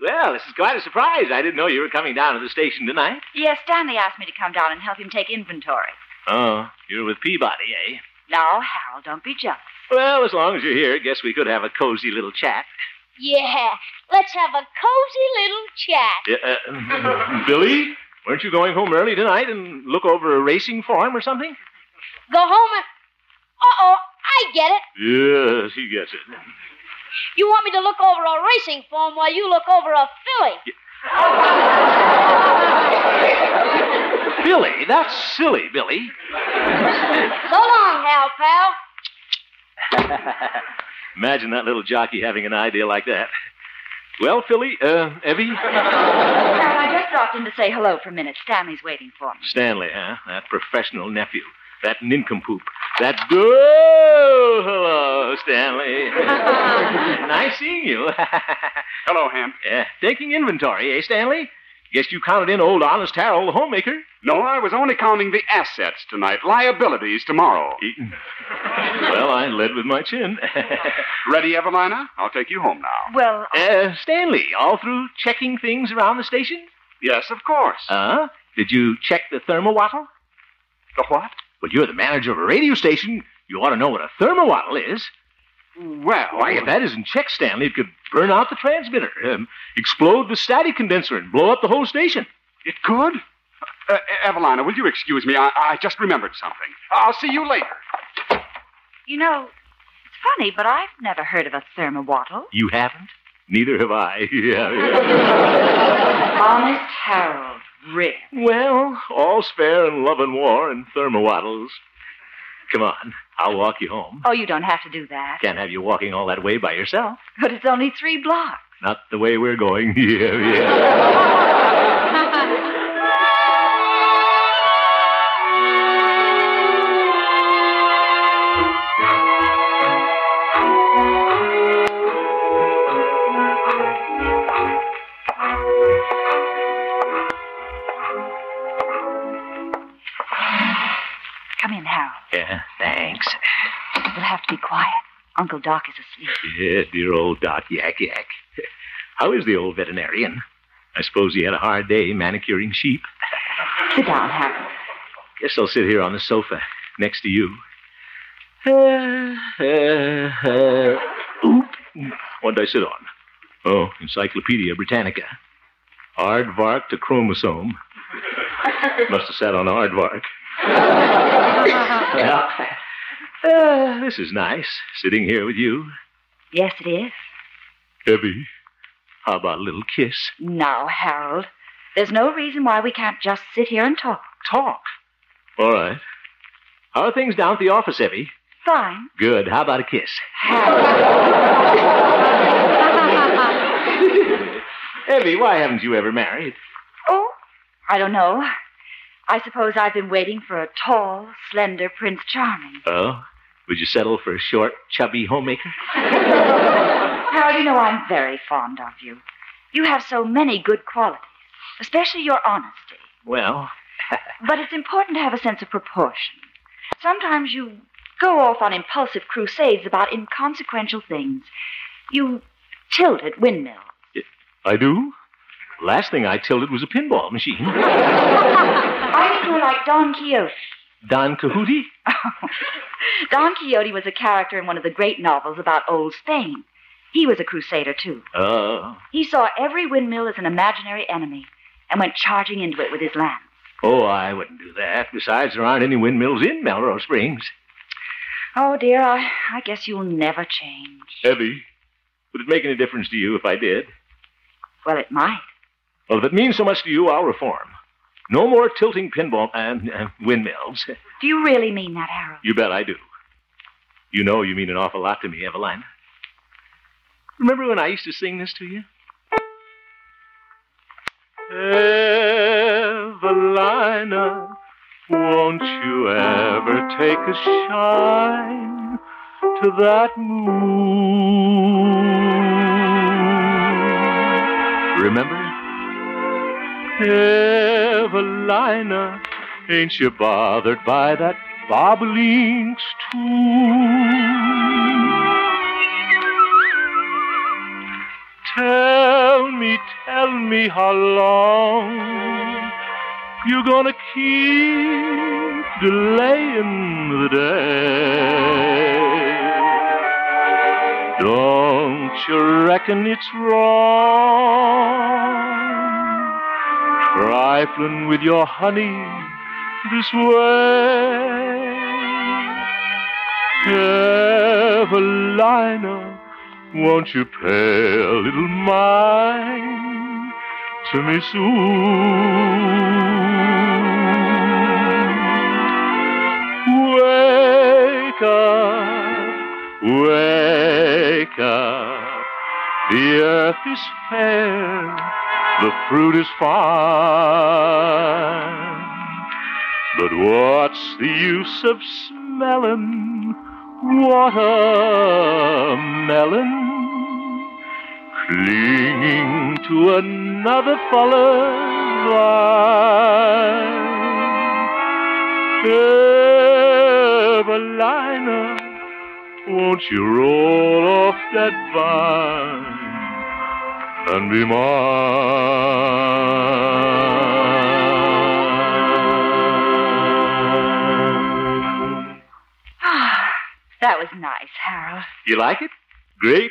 well, this is quite a surprise. I didn't know you were coming down to the station tonight.
Yes, Stanley asked me to come down and help him take inventory.
Oh, you're with Peabody, eh?
Now, Harold, don't be jealous.
Well, as long as you're here, I guess we could have a cozy little chat.
Yeah, let's have a cozy little chat.
Uh, <laughs> uh, Billy, weren't you going home early tonight and look over a racing form or something?
Go home and. Uh oh, I get it.
Yes, he gets it.
You want me to look over a racing form while you look over a filly.
Billy, that's silly, Billy.
So long, Hal Pal. <laughs>
Imagine that little jockey having an idea like that. Well, Philly, uh, Evie?
Harold, <laughs> I just dropped in to say hello for a minute. Stanley's waiting for me.
Stanley, huh? That professional nephew. That nincompoop. That. Oh, hello, Stanley. <laughs> nice seeing you. <laughs> hello, Ham. Yeah, taking inventory, eh, Stanley? Guess you counted in old Honest Harold, the homemaker.
No, I was only counting the assets tonight, liabilities tomorrow.
Mm. Well, I led with my chin. <laughs>
Ready, Evelina? I'll take you home now.
Well.
Uh, Stanley, all through checking things around the station?
Yes, of course.
Huh? Did you check the thermowattle?
The what?
Well, you're the manager of a radio station. You ought to know what a thermowattle is.
Well.
Why, if that isn't checked, Stanley, it could burn out the transmitter, um, explode the static condenser, and blow up the whole station.
It could? Uh, E- Evelina, will you excuse me? I, I just remembered something. I'll see you later.
You know, it's funny, but I've never heard of a thermowattle.
You haven't? Neither have I. <laughs> yeah,
Honest Harold, really.
Well, all's fair in love and war and thermowattles. Come on, I'll walk you home.
Oh, you don't have to do that.
Can't have you walking all that way by yourself.
But it's only three blocks.
Not the way we're going. <laughs> yeah, yeah.
Come in, Harold.
yeah, thanks.
We'll have to be quiet. Uncle Doc is asleep.
Yeah, dear old Doc Yak Yak. How is the old veterinarian? I suppose he had a hard day manicuring sheep.
Sit down, Harold.
Guess I'll sit here on the sofa next to you. Uh, uh, uh, <laughs> oop. What did I sit on? Oh, Encyclopedia Britannica. Aardvark to chromosome. Must have sat on Aardvark. yeah. Uh, this is nice, sitting here with you.
Yes, it is.
Evie, how about a little kiss?
Now, Harold, there's no reason why we can't just sit here and talk.
Talk? All right. How are things down at the office, Evie?
Fine.
Good. How about a kiss? Evie, why haven't you ever married?
Oh, I don't know. I suppose I've been waiting for a tall, slender Prince Charming.
Oh, would you settle for a short, chubby homemaker?
Harold, you know I'm very fond of you. You have so many good qualities, especially your honesty.
Well,
But it's important to have a sense of proportion. Sometimes you go off on impulsive crusades about inconsequential things. You tilt at windmills.
I do. Last thing I tilted was a pinball machine.
I think you're like Don Quixote.
Don Quixote?
Don Quixote was a character in one of the great novels about old Spain. He was a crusader, too.
Oh.
He saw every windmill as an imaginary enemy and went charging into it with his lance.
Oh, I wouldn't do that. Besides, there aren't any windmills in Melrose Springs.
Oh, dear, I, I guess you'll never change.
Evie, would it make any difference to you if I did?
Well, it might.
Well, if it means so much to you, I'll reform. No more tilting pinball and uh, windmills. <laughs>
Do you really mean that, Harold? <sighs>
You bet I do. You know you mean an awful lot to me, Evelina. Remember when I used to sing this to you?
Evelina, won't you ever take a shine to that moon?
Remember?
Evelina, ain't you bothered by that bobolinks tune? Tell me, tell me how long you gonna keep delaying the day. Don't you reckon it's wrong? trifling with your honey this way. Evelina, won't you pay a little mind to me soon? Wake up, wake up, the earth is fair. The fruit is fine, but what's the use of smelling watermelon? Clinging to another fellow's line. Evelina, won't you roll off that vine? and be mine.
that was nice, Harold.
You like it? Great.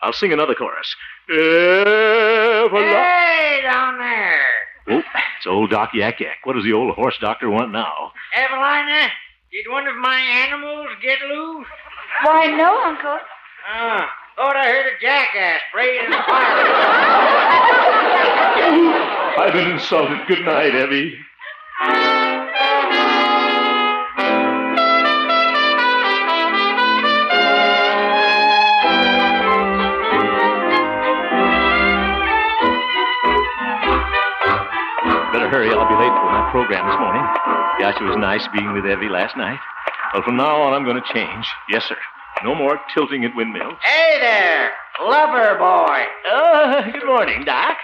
I'll sing another chorus. Evelo-
Hey, down there.
Oh, it's old Doc Yak Yak. What does the old horse doctor want now?
Evelina, did one of my animals get loose?
Why, no, Uncle.
Ah, thought I heard a jackass braying in the fire.
I've been insulted. Good night, Evie. Better hurry. I'll be late for my program this morning. Gosh, it was nice being with Evie last night. Well, from now on, I'm going to change. Yes, sir. No more tilting at windmills.
hey there, lover boy.
Uh, good morning, Doc.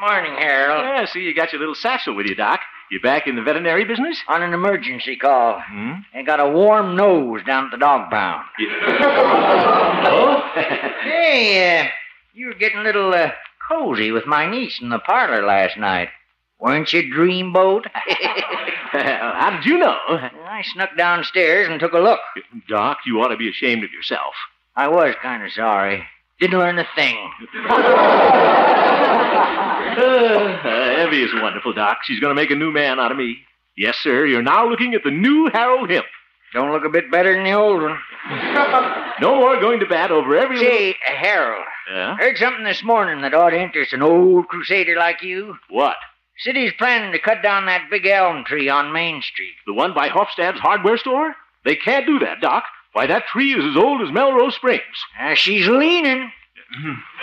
Morning, Harold.
Yeah, see, you got your little satchel with you, Doc. You back in the veterinary business?
On an emergency call.
Hmm?
They got a warm nose down at the dog pound.
<laughs>
hey, uh, you were getting a little uh, cozy with my niece in the parlor last night. Weren't you, Dreamboat? <laughs>
How did you know?
I snuck downstairs and took a look.
Doc, you ought to be ashamed of yourself.
I was kind of sorry. Didn't learn a thing.
Uh, Evie is wonderful, Doc. She's going to make a new man out of me. Yes, sir. You're now looking at the new Harold Hemp.
Don't look a bit better than the old one.
no more going to bat over every
Say, uh, Harold,
little... Yeah?
heard something this morning that ought to interest an old crusader like you.
What?
City's planning to cut down that big elm tree on Main Street.
The one by Hofstad's hardware store? They can't do that, Doc. Why, that tree is as old as Melrose Springs. Hmm.
Uh, she's leaning.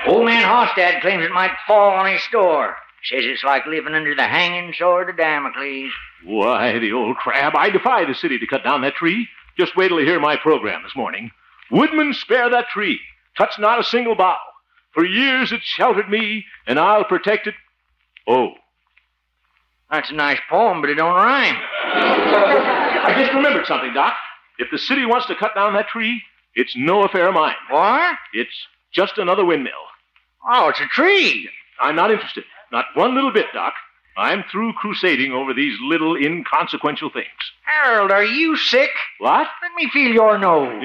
Old man Hostad claims it might fall on his store. Says it's like living under the hanging sword of Damocles.
Why, the old crab. I defy the city to cut down that tree. Just wait till you hear my program this morning. Woodman, spare that tree. Touch not a single bough. For years it sheltered me, and I'll protect it. Oh.
That's a nice poem, but it don't rhyme.
<laughs> I just remembered something, Doc. If the city wants to cut down that tree, it's no affair of mine.
What?
It's just another windmill.
Oh, it's a tree.
I'm not interested. Not one little bit, Doc. I'm through crusading over these little inconsequential things.
Harold, are you sick?
What?
Let me feel your nose.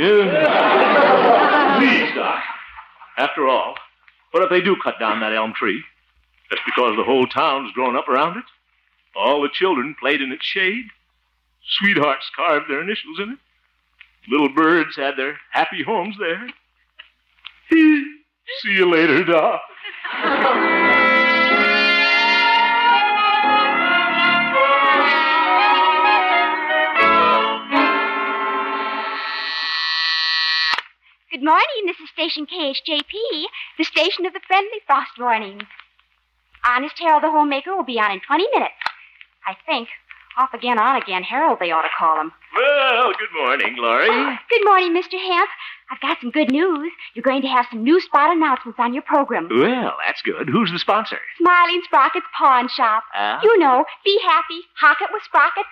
Please, Doc. After all, what if they do cut down that elm tree? Just because the whole town's grown up around it? All the children played in its shade. Sweethearts carved their initials in it. Little birds had their happy homes there. <laughs> See you later, Doc.
Good morning. This is Station KHJP, the station of the friendly frost warning. Honest Harold the Homemaker will be on in 20 minutes. I think. Off again, on again. Harold, they ought to call him.
Well, good morning, Laurie.
<clears throat> Good morning, Mr. Hamp. I've got some good news. You're going to have some new spot announcements on your program.
Well, that's good. Who's the sponsor?
Smiling Sprocket's Pawn Shop.
Ah.
You know, be happy, hock it with Sprocket.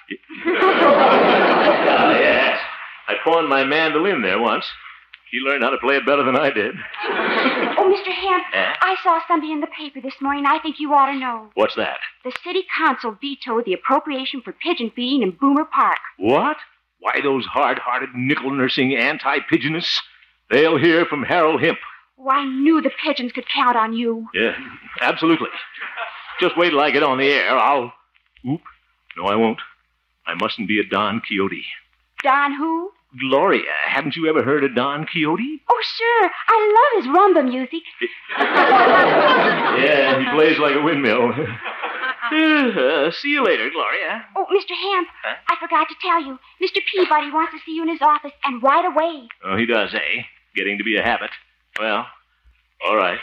Ah, yes. I pawned my mandolin there once. He learned how to play it better than I did.
oh, Mr. Hamp,
Eh?
I saw something in the paper this morning I think you ought to know.
What's that?
The city council vetoed the appropriation for pigeon feeding in Boomer Park.
What? Why, those hard hearted, nickel nursing anti pigeonists? They'll hear from Harold Himp.
Oh, I knew the pigeons could count on you.
Yeah, absolutely. Just wait till I get on the air. I'll. Oop. No, I won't. I mustn't be a Don Quixote.
Don who?
Gloria, haven't you ever heard of Don Quixote?
Oh, sure. I love his rumba music.
Yeah, he plays like a windmill. Uh, <laughs> see you later, Gloria.
Oh, Mr. Hamp,
Huh?
I forgot to tell you. Mr. Peabody wants to see you in his office, and right away.
Oh, he does, eh? Getting to be a habit. Well, all right.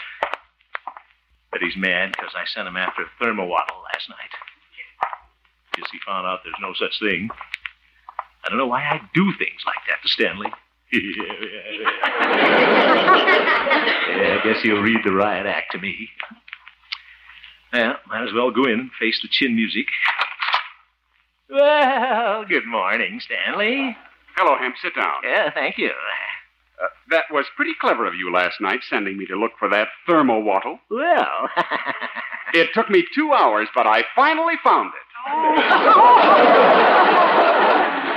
Bet he's mad because I sent him after thermowaddle last night. Guess he found out there's no such thing. I don't know why I do things like that to Stanley. <laughs> yeah, I guess he'll read the riot act to me. Well, might as well go in and face the chin music. Well, good morning, Stanley.
Hello, Hemp. Sit down.
Yeah, thank you.
Uh, that was pretty clever of you last night, sending me to look for that thermowaddle.
Well. <laughs>
it took me two hours, but I finally found it.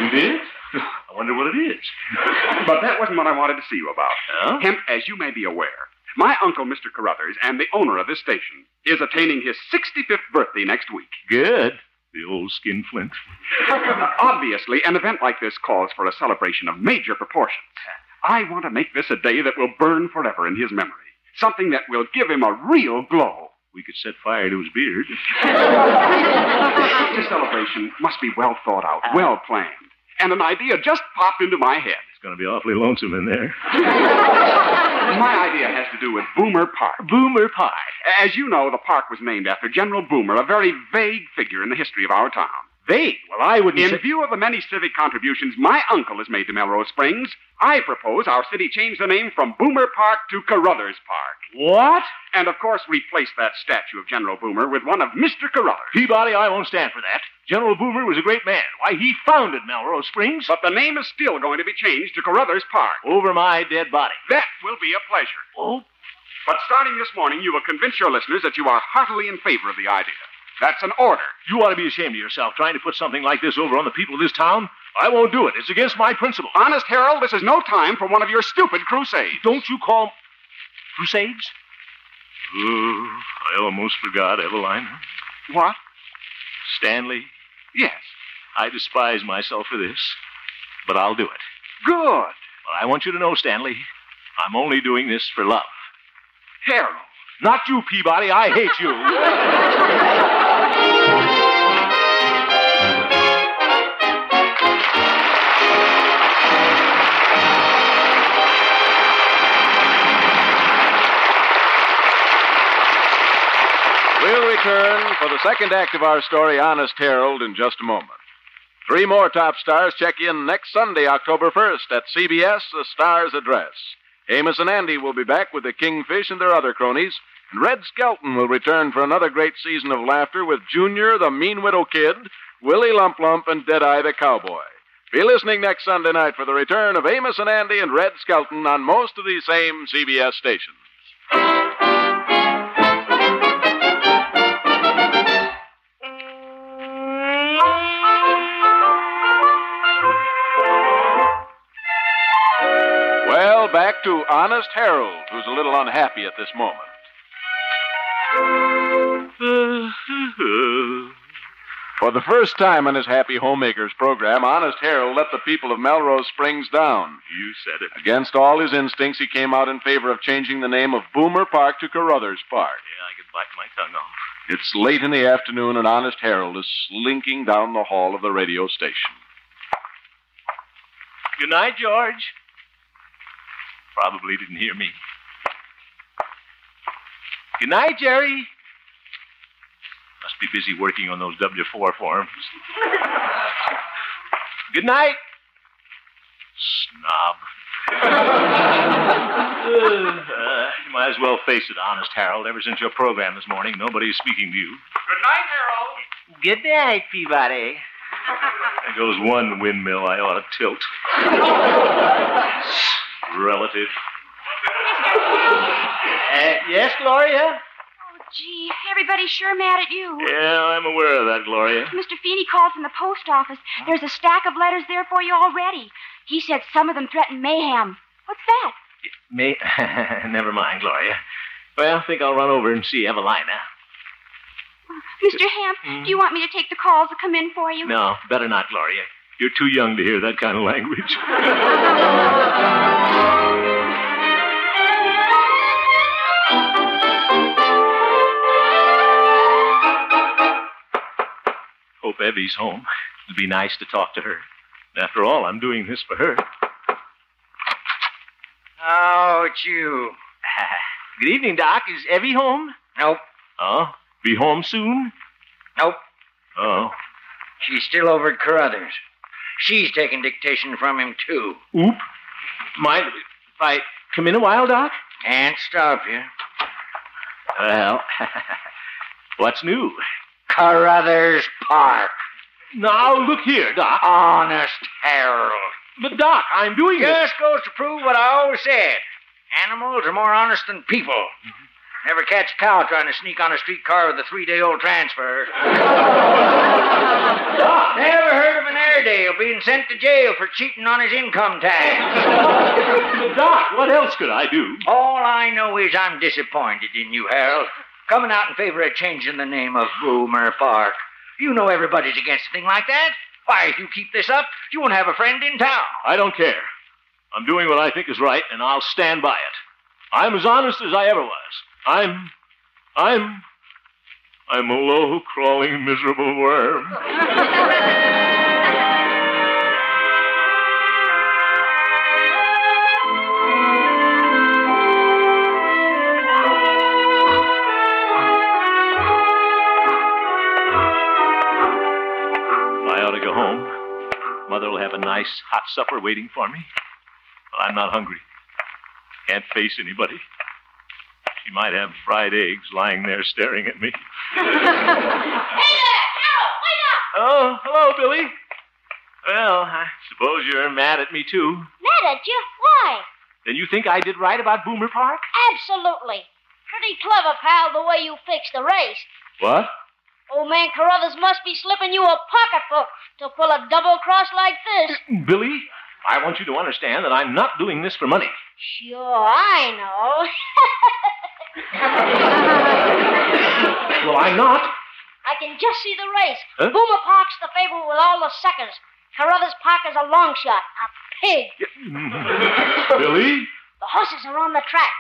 You
<laughs>
did? <laughs> I wonder what it is. <laughs>
But that wasn't what I wanted to see you about.
Huh?
Hemp, as you may be aware, my uncle, Mr. Carruthers, and the owner of this station, is attaining his 65th birthday next
<laughs>
week.
Good. The old skinflint.
Obviously, an event like this calls for a celebration of major proportions. I want to make this a day that will burn forever in his memory, something that will give him a real glow.
We could set fire to his
<laughs>
beard.
Such a celebration must be well thought out, well planned. And an idea just popped into my head.
It's going to be awfully lonesome in there.
My idea has to do with Boomer Park.
Boomer Park.
As you know, the park was named after General Boomer, a very vague figure in the history of our town.
Vague? Well, I wouldn't
In
say-
view of the many civic contributions my uncle has made to Melrose Springs, I propose our city change the name from Boomer Park to Carruthers Park.
What?
And of course, replace that statue of General Boomer with one of Mr. Carruthers.
Peabody, I won't stand for that. General Boomer was a great man. Why, he founded Melrose Springs.
But the name is still going to be changed to Carruthers Park.
Over my dead body.
That will be a pleasure.
Oh.
But starting this morning, you will convince your listeners that you are heartily in favor of the idea. That's an order.
You ought to be ashamed of yourself trying to put something like this over on the people of this town. I won't do it. It's against my principle.
Honest, Harold, this is no time for one of your stupid crusades.
Don't you call crusades? Oh, I almost forgot, Evelina.
What?
Stanley,
Yes.
I despise myself for this, but I'll do it.
Good. Well,
I want you to know, Stanley, I'm only doing this for love.
Harold.
Not you, Peabody. I hate
<laughs>
you.
We'll return for the second act of our story, Honest Harold, in just a moment. Three more top stars check in next Sunday, October 1st, at CBS, The Star's Address. Amos and Andy will be back with the Kingfish and their other cronies, and Red Skelton will return for another great season of laughter with Junior, the Mean Widow Kid, Willie Lump Lump, and Deadeye the Cowboy. Be listening next Sunday night for the return of Amos and Andy and Red Skelton on most of these same CBS stations. back to Honest Harold, who's a little unhappy at this moment. Uh, <laughs> For the first time in his Happy Homemakers program, Honest Harold let the people of Melrose Springs down.
You said it.
Against all his instincts, he came out in favor of changing the name of Boomer Park to Carruthers Park.
Yeah, I could bite my tongue off.
It's late in the afternoon, and Honest Harold is slinking down the hall of the radio station. <laughs>
Good night, George. Probably didn't hear me. Good night, Jerry. Must be busy working on those W4 forms. Good night. Snob. Uh, you might as well face it, honest Harold. Ever since your program this morning, nobody's speaking to you.
Good night, Harold.
Good night, Peabody.
There goes one windmill I ought to tilt. Relative.
Uh, yes, Gloria?
Oh, gee, everybody's sure mad at you.
Yeah, I'm aware of that, Gloria.
Mr. Feeney called from the post office. There's a stack of letters there for you already. He said some of them threaten mayhem. What's that?
May... <laughs> Never mind, Gloria. Well, I think I'll run over and see Evelina.
Mr. Hamp, do
Mm.
you want me to take the calls that come in for you?
No, better not, Gloria. You're too young to hear that kind of language.
<laughs>
Hope Evie's home. It'd be nice to talk to her. After all, I'm doing this for her.
Oh, it's you.
<laughs> Good evening, Doc. Is Evie home?
Nope,
Oh, be home soon?
nope.
Oh.
She's still over at Carruthers. She's taking dictation from him, too.
Oop. Mind if I come in a while, Doc?
Can't stop you.
Well, <laughs> what's new?
Carruthers Park.
Now, look here, Doc.
Honest Harold.
But, Doc, I'm doing
Just
this.
goes to prove what I always said. Animals are more honest than people.
Mm-hmm.
Never catch a cow trying to sneak on a streetcar with a
<laughs>
three-day-old transfer. Never heard of an Airedale being sent to jail for cheating on his income tax.
<laughs> Doc, what else could I do?
All I know is I'm disappointed in you, Harold. Coming out in favor of changing the name of Boomer Park. You know everybody's against a thing like that. Why, if you keep this up, you won't have a friend in town.
I don't care. I'm doing what I think is right, and I'll stand by it. I'm as honest as I ever was. I'm. I'm. I'm a low, crawling, miserable worm. I ought to go home. Mother will have a nice hot supper waiting for me. But I'm not hungry. Can't face anybody. She might have fried eggs lying there staring at me. Oh, hello, Billy. Well, I suppose you're mad at me, too.
Mad at you? Why?
Then you think I did right about Boomer Park?
Absolutely. Pretty clever, pal, the way you fixed the race.
What?
Old man Carruthers must be slipping you a pocketbook to pull a double cross like
<laughs>
this.
Billy, I want you to understand that I'm not doing this for money.
Sure, I know. <laughs>
Well, I'm not.
I can just see the race.
Huh?
Boomer Park's the favorite with all the suckers. Carruthers Park is a long shot, a pig.
<laughs> Billy?
The horses are on the track.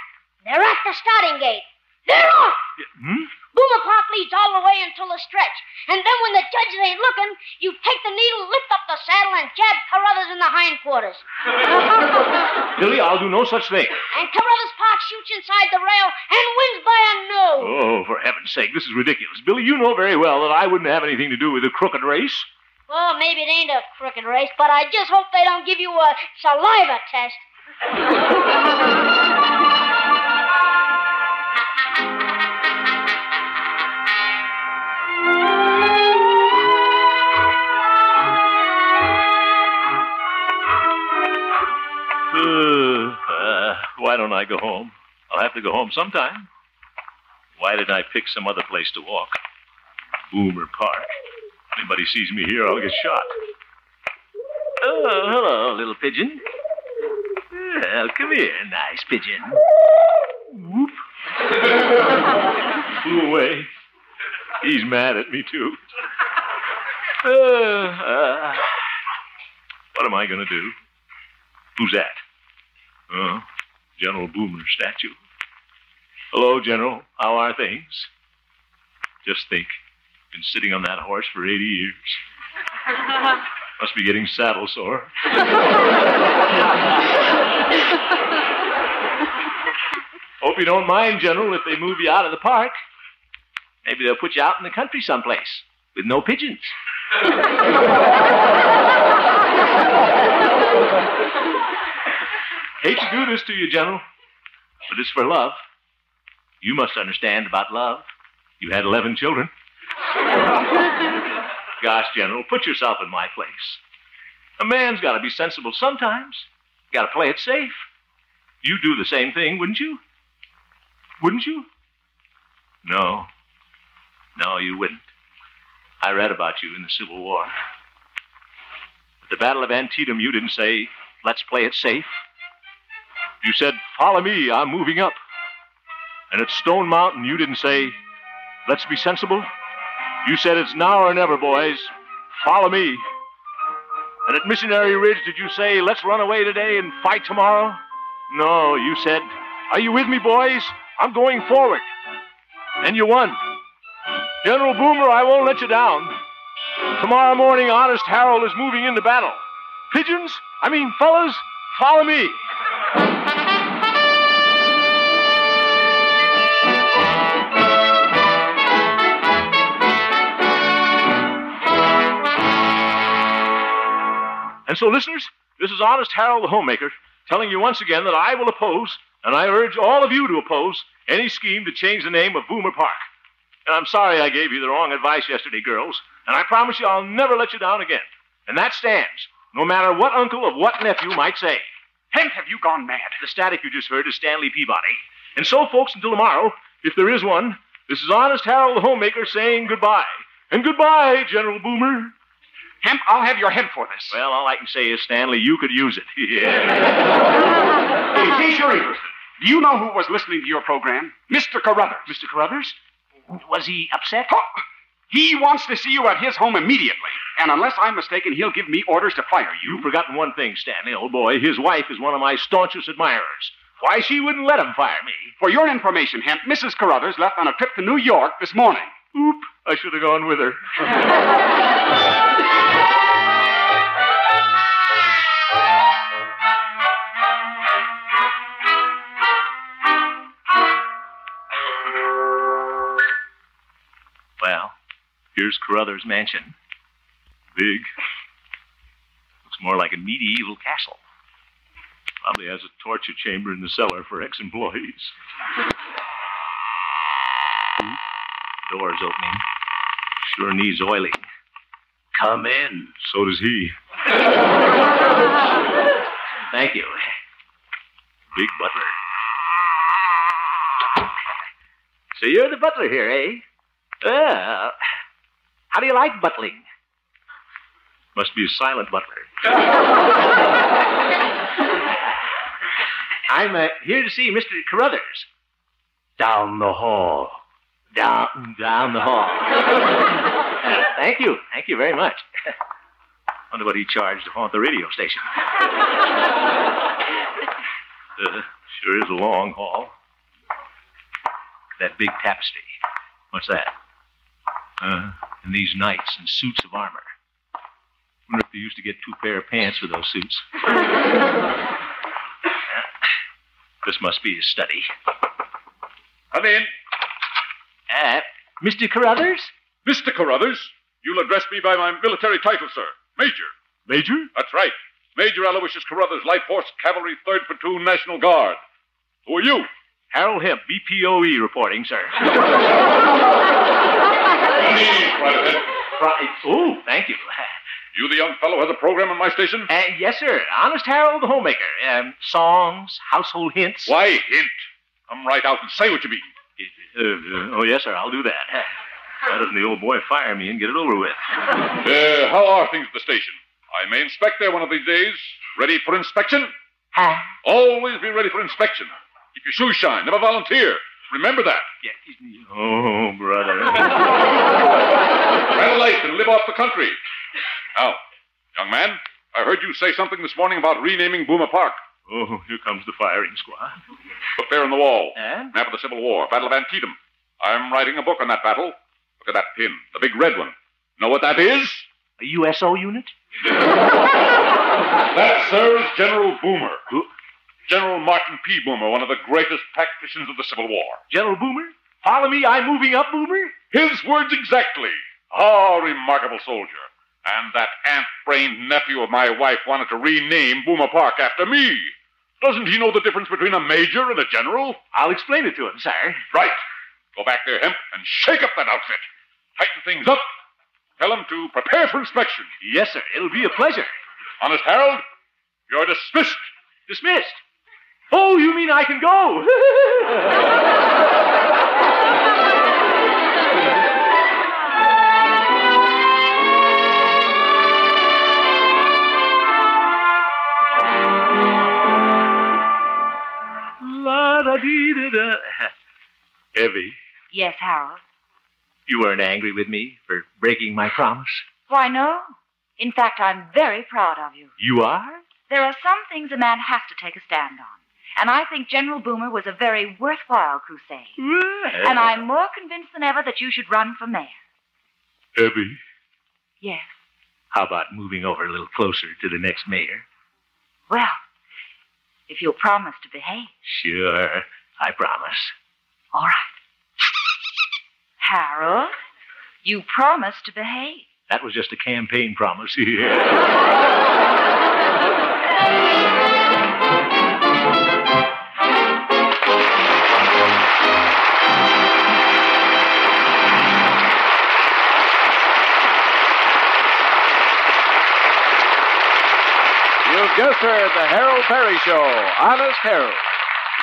They're at the starting gate. They're off!
Hmm?
Boomer Park leads all the way until the stretch. And then when the judges ain't looking, you take the needle, lift up the saddle, and jab Carruthers in the hindquarters.
Billy, I'll do no such thing.
and Carruthers Park shoots inside the rail and wins by a nose.
Oh, for heaven's sake, this is ridiculous. Billy, you know very well that I wouldn't have anything to do with a crooked race.
Well, maybe it ain't a crooked race, but I just hope they don't give you a saliva test.
Uh, uh, why don't I go home? I'll have to go home sometime. Why didn't I pick some other place to walk? Boomer Park. Anybody sees me here, I'll get shot. Oh, hello, little pigeon. Well, come here, nice pigeon. Flew away. He's mad at me, too. Uh, uh, what am I going to do? Who's that? Oh, General Boomer statue. Hello, General. How are things? Just think. Been sitting on that horse for 80 years. Must be getting saddle sore. Hope you don't mind, General, if they move you out of the park. Maybe they'll put you out in the country someplace with no pigeons. Hate to do this to you, General, but it's for love. You must understand about love. You had 11 children. Gosh, General, put yourself in my place. A man's got to be sensible sometimes. Got to play it safe. You do the same thing, wouldn't you? Wouldn't you? No. No, you wouldn't. I read about you in the Civil War. At the Battle of Antietam, you didn't say, let's play it safe. You said, follow me, I'm moving up. And at Stone Mountain, you didn't say, let's be sensible. You said, it's now or never, boys. Follow me. And at Missionary Ridge, did you say, let's run away today and fight tomorrow? No, you said, are you with me, boys? I'm going forward. And you won. General Boomer, I won't let you down. Tomorrow morning, Honest Harold is moving into battle. Pigeons, I mean, fellas, follow me. And so, listeners, this is Honest Harold the Homemaker telling you once again that I will oppose, and I urge all of you to oppose, any scheme to change the name of Boomer Park. And I'm sorry I gave you the wrong advice yesterday, girls, and I promise you I'll never let you down again. And that stands, no matter what uncle or what nephew might say. Hank, have you gone mad? The static you just heard is Stanley Peabody. And so, folks, until tomorrow, if there is one, this is Honest Harold the Homemaker saying goodbye. And goodbye, General Boomer. Hemp, I'll have your head for this. Well, all I can say is, Stanley, you could use it. <laughs>
In case you're interested, do you know who was listening to your program? Mr. Carruthers. Mr. Carruthers? Was he upset? He wants to see you at his home immediately. And unless I'm mistaken, he'll give me orders to fire you.
You've forgotten one thing, Stanley, old boy. His wife is one of my staunchest admirers. Why, she wouldn't let him fire me.
For your information, Hemp, Mrs. Carruthers left on a trip to New York this morning.
Oop, I should have gone with her.
<laughs>
Well, here's Carruthers Mansion. Big. Looks more like a medieval castle. Probably has a torture chamber in the cellar for ex employees. Door's opening. Sure needs oiling. Come in. So does he. Thank you. Big butler. So you're the butler here, eh? Well, Uh, how do you like butling? Must be a silent butler. I'm uh, here to see Mr. Carruthers. Down the hall. Down, down the <laughs> hall. thank you. Thank you very much. Wonder what he charged to haunt the radio station. Uh, sure is a long haul. That big tapestry. What's that? Uh, and these knights in suits of armor. Wonder if they used to get two pair of pants for those <laughs> suits. This must be his study.
Come in.
Uh, Mr. Carruthers?
Mr. Carruthers, you'll address me by my military title, sir. Major.
Major?
That's right. Major Aloysius Carruthers, Light Horse Cavalry, 3rd Platoon, National Guard. Who are you?
Harold Hemp, BPOE E reporting, sir. Pri- Ooh, thank you. <laughs>
You, the young fellow, has a program on my station?
Uh, yes, sir. Honest Harold the Homemaker. Um, songs, household hints.
Why hint? Come right out and say what you mean.
Uh, uh, oh, yes, sir. I'll do that. Why doesn't the old boy fire me and get it over with?
Uh, how are things at the station? I may inspect there one of these days. Ready for inspection?
Always be ready for inspection. Keep your shoes shine. Never volunteer. Remember that. Yes.
Oh, brother.
<laughs> Rent a lake and live off the country. Now, young man, I heard you say something this morning about renaming Boomer Park.
Oh, here comes the firing squad.
Look there on the wall. Map of the Civil War, Battle of Antietam. I'm writing a book on that battle. Look at that pin, the big red one. Know what that is?
A USO unit?
That serves General Boomer. General Martin P. Boomer, one of the greatest tacticians of the Civil War.
General Boomer? Follow me, I'm moving up, Boomer?
His words exactly. Ah, remarkable soldier. And that ant brained nephew of my wife wanted to rename Boomer Park after me. Doesn't he know the difference between a major and a general?
I'll explain it to him, sir.
Right. Go back there, Hemp, and shake up that outfit. Tighten things up. Tell him to prepare for inspection.
Yes, sir. It'll be a pleasure.
Honest Harold, you're dismissed.
Dismissed? Oh, you mean I can go? <laughs> La da dee da da. Evie,
Yes, Harold.
you weren't angry with me for breaking my promise.
Why, no. In fact, I'm very proud of you.
You are?
There are some things a man has to take a stand on. And I think General Boomer was a very worthwhile crusade. And I'm more convinced than ever that you should run for mayor.
Evie.
Yes.
How about moving over a little closer to the next mayor?
Well, if you'll promise to behave.
Sure, I promise.
All right. <laughs> Harold, you promise to behave.
That was just a campaign promise. <laughs>
You've just heard the Harold Perry Show, Honest Harold.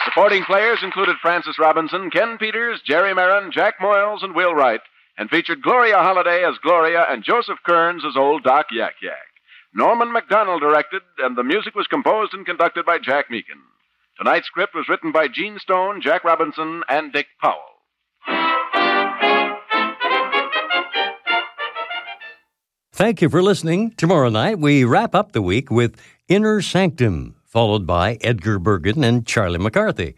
Supporting players included Francis Robinson, Ken Peters, Jerry Marin, Jack Moyles, and Will Wright, and featured Gloria Holliday as Gloria and Joseph Kearns as old Doc Yak Yak. Norman McDonald directed, and the music was composed and conducted by Jack Meakin. Tonight's script was written by Gene Stone, Jack Robinson, and Dick Powell.
Thank you for listening. Tomorrow night, we wrap up the week with Inner Sanctum, followed by Edgar Bergen and Charlie McCarthy.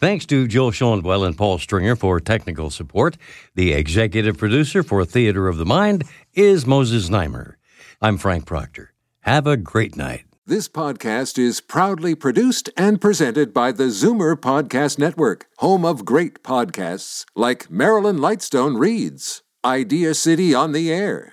Thanks to Joel Schoenwell and Paul Stringer for technical support. The executive producer for Theater of the Mind is Moses Neimer. I'm Frank Proctor. Have a great night.
This podcast is proudly produced and presented by the Zoomer Podcast Network, home of great podcasts like Marilyn Lightstone Reads, Idea City on the Air,